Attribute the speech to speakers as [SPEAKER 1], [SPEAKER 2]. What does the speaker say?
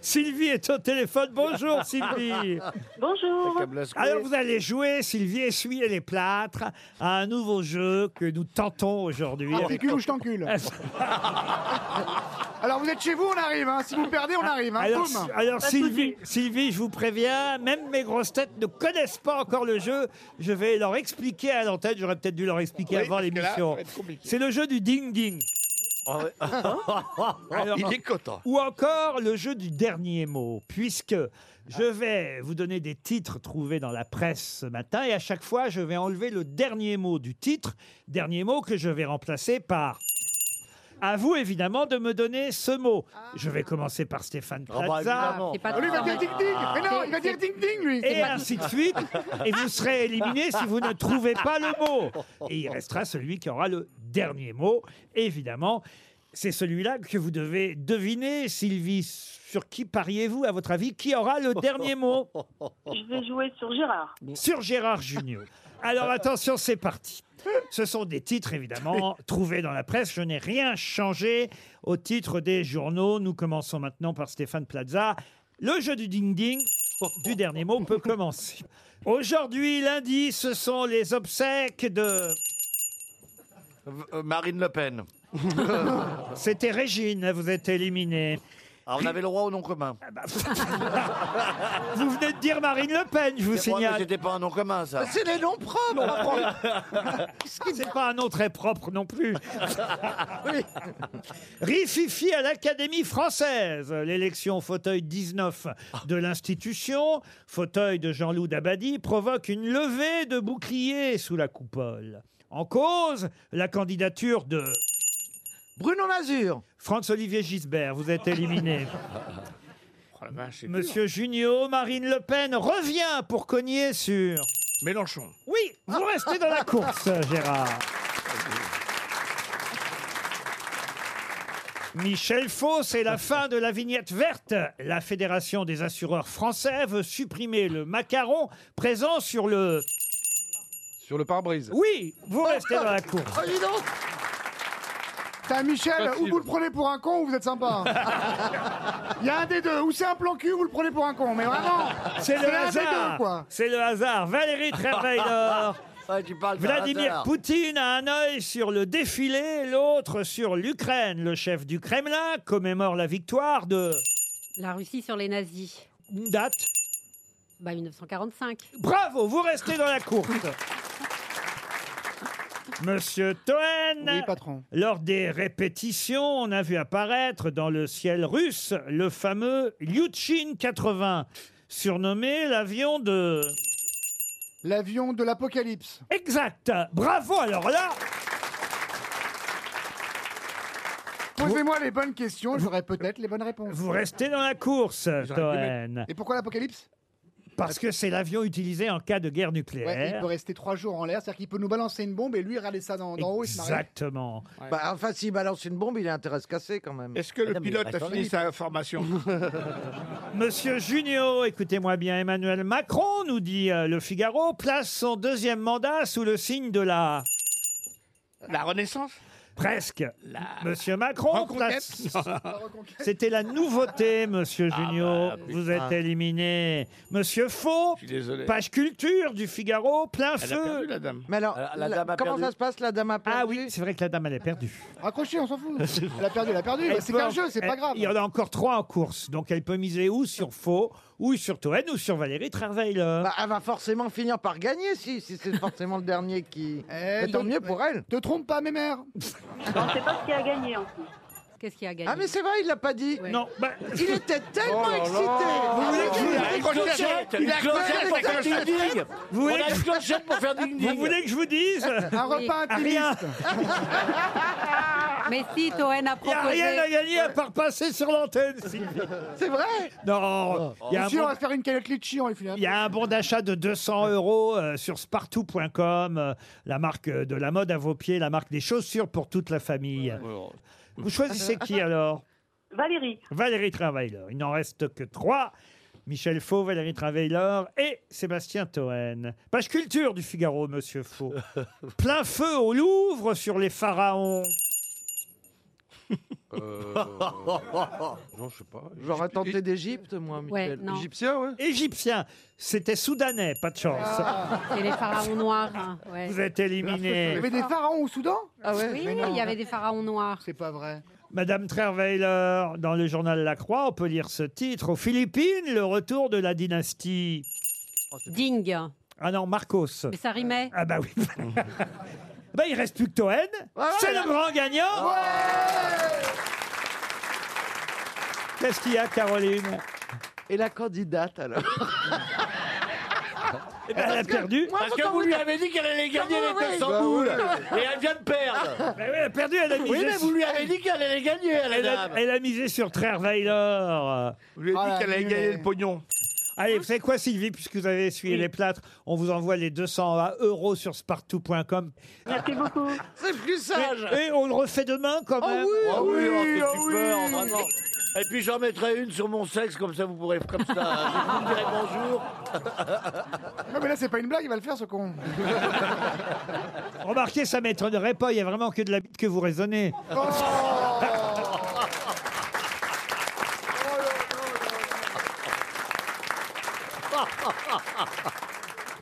[SPEAKER 1] Sylvie est au téléphone. Bonjour Sylvie.
[SPEAKER 2] Bonjour.
[SPEAKER 1] Alors vous allez jouer, Sylvie, essuyez les plâtres à un nouveau jeu que nous tentons aujourd'hui.
[SPEAKER 3] Je
[SPEAKER 2] Ah
[SPEAKER 3] t'encule ou je t'encule Alors vous êtes chez vous, on arrive. hein. Si vous perdez, on arrive. hein.
[SPEAKER 1] Alors,
[SPEAKER 3] Boum.
[SPEAKER 1] alors,
[SPEAKER 2] Pas de
[SPEAKER 1] Sylvie, Sylvie, je vous préviens, même mes grosses têtes ne connaissent pas encore le jeu. Je vais leur expliquer à l'antenne, j'aurais peut-être dû leur expliquer avant l'émission. C'est le jeu du ding-ding.
[SPEAKER 4] Ah,
[SPEAKER 1] Alors,
[SPEAKER 5] Il est content.
[SPEAKER 1] ou encore le jeu du dernier mot, puisque je
[SPEAKER 5] Ah.
[SPEAKER 1] vais vous donner des titres trouvés dans la presse ce matin et à chaque fois je vais enlever le dernier mot du titre, dernier mot que je vais remplacer par. À vous évidemment de me donner ce mot. Je vais commencer par Stéphane
[SPEAKER 5] Ah bah,
[SPEAKER 1] Plaza.
[SPEAKER 5] évidemment.
[SPEAKER 6] C'est pas
[SPEAKER 3] Oh, lui, il va dire ding-ding. Mais non, il va dire ding-ding, lui.
[SPEAKER 1] et ainsi de suite, et vous serez éliminé si vous ne trouvez pas le mot. Et il restera celui qui aura le dernier mot, évidemment. C'est celui-là que vous devez deviner, Sylvie. Sur qui pariez-vous, à votre avis Qui aura le dernier mot
[SPEAKER 2] Je vais jouer sur Gérard.
[SPEAKER 1] Sur Gérard Junior. Alors attention, c'est parti. Ce sont des titres, évidemment, trouvés dans la presse. Je n'ai rien changé au titre des journaux. Nous commençons maintenant par Stéphane Plaza. Le jeu du ding-ding du dernier mot peut commencer. Aujourd'hui, lundi, ce sont les obsèques de...
[SPEAKER 5] V- euh, Marine Le Pen.
[SPEAKER 1] C'était Régine, vous êtes éliminée.
[SPEAKER 5] Ah, on avait le roi au nom commun.
[SPEAKER 1] Vous venez de dire Marine Le Pen, je vous
[SPEAKER 5] Mais moi, mais
[SPEAKER 1] signale.
[SPEAKER 5] C'était pas un nom commun, ça.
[SPEAKER 3] C'est les noms propres.
[SPEAKER 1] C'est pas un nom très propre non plus. Rififi à l'Académie française. L'élection fauteuil 19 de l'institution, fauteuil de Jean-Loup Dabadi, provoque une levée de boucliers sous la coupole. En cause, la candidature de
[SPEAKER 3] Bruno Mazur.
[SPEAKER 1] Franz-Olivier Gisbert. Vous êtes éliminé. Monsieur Junio, Marine Le Pen revient pour cogner sur...
[SPEAKER 5] Mélenchon.
[SPEAKER 1] Oui, vous restez dans la course, Gérard. Michel Faux, c'est la fin de la vignette verte. La Fédération des assureurs français veut supprimer le macaron présent sur le...
[SPEAKER 7] Sur le pare-brise.
[SPEAKER 1] Oui, vous restez dans la course.
[SPEAKER 3] Oh,
[SPEAKER 5] Ah,
[SPEAKER 3] dis donc. T'as Michel,
[SPEAKER 7] Facile.
[SPEAKER 3] ou vous le prenez pour un con ou vous êtes sympa. hein. Il y a un des deux. Ou c'est un plan cul, vous le prenez pour un con. Mais vraiment,
[SPEAKER 1] C'est le
[SPEAKER 3] un des deux,
[SPEAKER 1] hasard.
[SPEAKER 3] quoi.
[SPEAKER 1] C'est le hasard. Valérie Trierweiler.
[SPEAKER 5] Ah, tu parles d'un
[SPEAKER 1] Vladimir
[SPEAKER 5] hasard.
[SPEAKER 1] Poutine a un œil sur le défilé, l'autre sur l'Ukraine. Le chef du Kremlin commémore la victoire de...
[SPEAKER 6] La Russie sur les nazis.
[SPEAKER 1] Une date
[SPEAKER 6] Bah 1945.
[SPEAKER 1] Bravo, vous restez dans la course. Monsieur Toen,
[SPEAKER 3] Oui, patron.
[SPEAKER 1] lors des répétitions, on a vu apparaître dans le ciel russe le fameux Yuchin 80, surnommé l'avion de...
[SPEAKER 3] L'avion de l'apocalypse.
[SPEAKER 1] Exact. Bravo, alors là,
[SPEAKER 3] Posez-moi les bonnes questions, j'aurai peut-être les bonnes réponses.
[SPEAKER 1] vous restez dans la course, Toen.
[SPEAKER 3] Et pourquoi l'apocalypse
[SPEAKER 1] Parce que c'est l'avion utilisé en cas de guerre
[SPEAKER 3] Ouais, il
[SPEAKER 1] nucléaire.
[SPEAKER 3] peut rester trois jours en l'air, c'est-à-dire qu'il peut nous balancer une bombe et lui râler ça dans, dans haut et se marrer.
[SPEAKER 1] Exactement.
[SPEAKER 4] Bah, enfin, s'il balance une bombe, il a intérêt à se casser quand même.
[SPEAKER 5] Est-ce que le pilote a fini sa formation
[SPEAKER 1] Monsieur Junio, écoutez-moi bien, Emmanuel Macron, nous dit euh, Le Figaro, place son deuxième mandat sous le signe de la...
[SPEAKER 5] La Renaissance
[SPEAKER 1] Presque. Monsieur Macron, place- c'était la nouveauté, Monsieur Junio. Vous êtes éliminé. Monsieur Faux,
[SPEAKER 5] Je suis désolé.
[SPEAKER 1] page culture du Figaro, plein
[SPEAKER 5] Elle a perdu,
[SPEAKER 1] feu.
[SPEAKER 5] la dame.
[SPEAKER 4] Mais alors,
[SPEAKER 5] La- la
[SPEAKER 4] la-
[SPEAKER 5] dame a
[SPEAKER 4] comment
[SPEAKER 5] perdu.
[SPEAKER 4] ça se passe, la dame a perdu
[SPEAKER 1] Ah oui, c'est vrai que la dame, elle est perdue.
[SPEAKER 3] Raccrochez, on s'en fout. Elle a perdu, elle a perdu.
[SPEAKER 1] Elle
[SPEAKER 3] bah, C'est
[SPEAKER 1] peut-
[SPEAKER 3] qu'un jeu, c'est pas
[SPEAKER 1] elle-
[SPEAKER 3] grave.
[SPEAKER 1] Il y en a encore trois en course, donc elle peut miser ou sur Faux, ou sur Toen, ou sur Valérie Trierweiler.
[SPEAKER 4] Bah, elle va forcément finir par gagner si, si c'est forcément le dernier qui.
[SPEAKER 3] Eh,
[SPEAKER 4] Mais tant
[SPEAKER 3] te-
[SPEAKER 4] mieux pour elle.
[SPEAKER 3] Te trompe pas, mes mères.
[SPEAKER 2] On ne sait pas ce qui a gagné en plus.
[SPEAKER 6] Qu'est-ce qu'il a gagné
[SPEAKER 4] Ah, mais c'est vrai, il l'a pas dit.
[SPEAKER 6] Ouais.
[SPEAKER 1] Non, bah,
[SPEAKER 4] Il était tellement
[SPEAKER 5] Oh là là.
[SPEAKER 4] excité.
[SPEAKER 5] Vous voulez que je vous
[SPEAKER 4] Il
[SPEAKER 5] la
[SPEAKER 4] était
[SPEAKER 5] clochette
[SPEAKER 4] excité.
[SPEAKER 5] Une clochette pour faire ding-ding
[SPEAKER 1] vous
[SPEAKER 5] On
[SPEAKER 1] voulez
[SPEAKER 5] a une clochette pour faire
[SPEAKER 1] Vous
[SPEAKER 5] ding-ding
[SPEAKER 1] voulez que je vous dise
[SPEAKER 3] Un
[SPEAKER 6] Oui.
[SPEAKER 3] repas
[SPEAKER 1] Ah, Rien,
[SPEAKER 3] intimiste.
[SPEAKER 6] Mais si Toen a
[SPEAKER 1] il n'y a
[SPEAKER 6] proposé.
[SPEAKER 1] rien à gagner à part passer sur l'antenne, Sylvie.
[SPEAKER 4] C'est vrai
[SPEAKER 1] Non, il y a un
[SPEAKER 3] Si
[SPEAKER 1] Ah
[SPEAKER 3] on
[SPEAKER 1] bon-
[SPEAKER 3] va faire une calotte litchi, on les
[SPEAKER 1] il y
[SPEAKER 3] finit.
[SPEAKER 1] a un bon d'achat de 200 euros euh, sur spartou.com, euh, la marque euh, de la mode à vos pieds, la marque des chaussures pour toute la famille. Vous choisissez qui alors
[SPEAKER 2] Valérie,
[SPEAKER 1] Valérie Travailer. Il n'en reste que trois. Michel Faux, Valérie Travailer et Sébastien Toen. Page culture du Figaro, monsieur Faux. Plein feu au Louvre sur les pharaons.
[SPEAKER 7] Euh, non, je sais pas.
[SPEAKER 4] J'aurais
[SPEAKER 7] Égypte-
[SPEAKER 4] tenté d'Égypte, moi, Michel.
[SPEAKER 6] non.
[SPEAKER 7] Égyptien, ouais.
[SPEAKER 1] Égyptien, c'était soudanais, pas de chance.
[SPEAKER 6] Et les pharaons noirs. hein, ouais.
[SPEAKER 1] Vous êtes
[SPEAKER 3] Il y
[SPEAKER 1] éliminé.
[SPEAKER 3] avait des pharaons au Soudan
[SPEAKER 4] Ah ouais
[SPEAKER 6] Oui,
[SPEAKER 3] Mais non.
[SPEAKER 6] il y avait des pharaons noirs.
[SPEAKER 3] C'est pas vrai.
[SPEAKER 1] Madame Trerweiler, dans le journal La Croix, on peut lire ce titre. Aux Philippines, le retour de la dynastie.
[SPEAKER 6] Ding.
[SPEAKER 1] Ah non, Marcos.
[SPEAKER 6] Mais ça rimait.
[SPEAKER 1] Ah bah oui. bah il reste plus que Toen.
[SPEAKER 5] Ah
[SPEAKER 1] C'est le grand gagnant. Qu'est-ce qu'il y a, Caroline
[SPEAKER 4] Et la candidate, alors
[SPEAKER 1] Eh ben, Elle a perdu.
[SPEAKER 5] Parce que vous lui avez dit qu'elle allait gagner les 200
[SPEAKER 4] Bah
[SPEAKER 5] boules. Et elle vient de perdre.
[SPEAKER 1] Bah oui, elle a perdu, elle a misé,
[SPEAKER 5] Ah, Oui, mais vous lui avez dit qu'elle allait gagner, à la
[SPEAKER 1] elle a,
[SPEAKER 5] dame.
[SPEAKER 1] elle a misé sur Trerweiler.
[SPEAKER 5] Vous lui
[SPEAKER 3] Ah,
[SPEAKER 5] avez dit qu'elle allait
[SPEAKER 3] mais-
[SPEAKER 5] gagner le pognon.
[SPEAKER 1] Allez, vous savez quoi, Sylvie, puisque vous avez essuyé les plâtres, on vous envoie les 200 euros sur spartou.com.
[SPEAKER 2] Merci beaucoup.
[SPEAKER 4] C'est plus sage
[SPEAKER 1] Et on le refait demain quand
[SPEAKER 4] Oh
[SPEAKER 1] même.
[SPEAKER 4] oui
[SPEAKER 5] Oh oui, oh, c'est
[SPEAKER 3] oh
[SPEAKER 5] super,
[SPEAKER 3] oui.
[SPEAKER 5] vraiment. Et puis j'en mettrai une sur mon sexe, comme ça vous pourrez, comme ça, vous me direz bonjour.
[SPEAKER 3] Non, mais là, c'est pas une blague, il va le faire, ce con.
[SPEAKER 1] Remarquez, ça m'étonnerait pas, il y a vraiment que de la bite que vous raisonnez.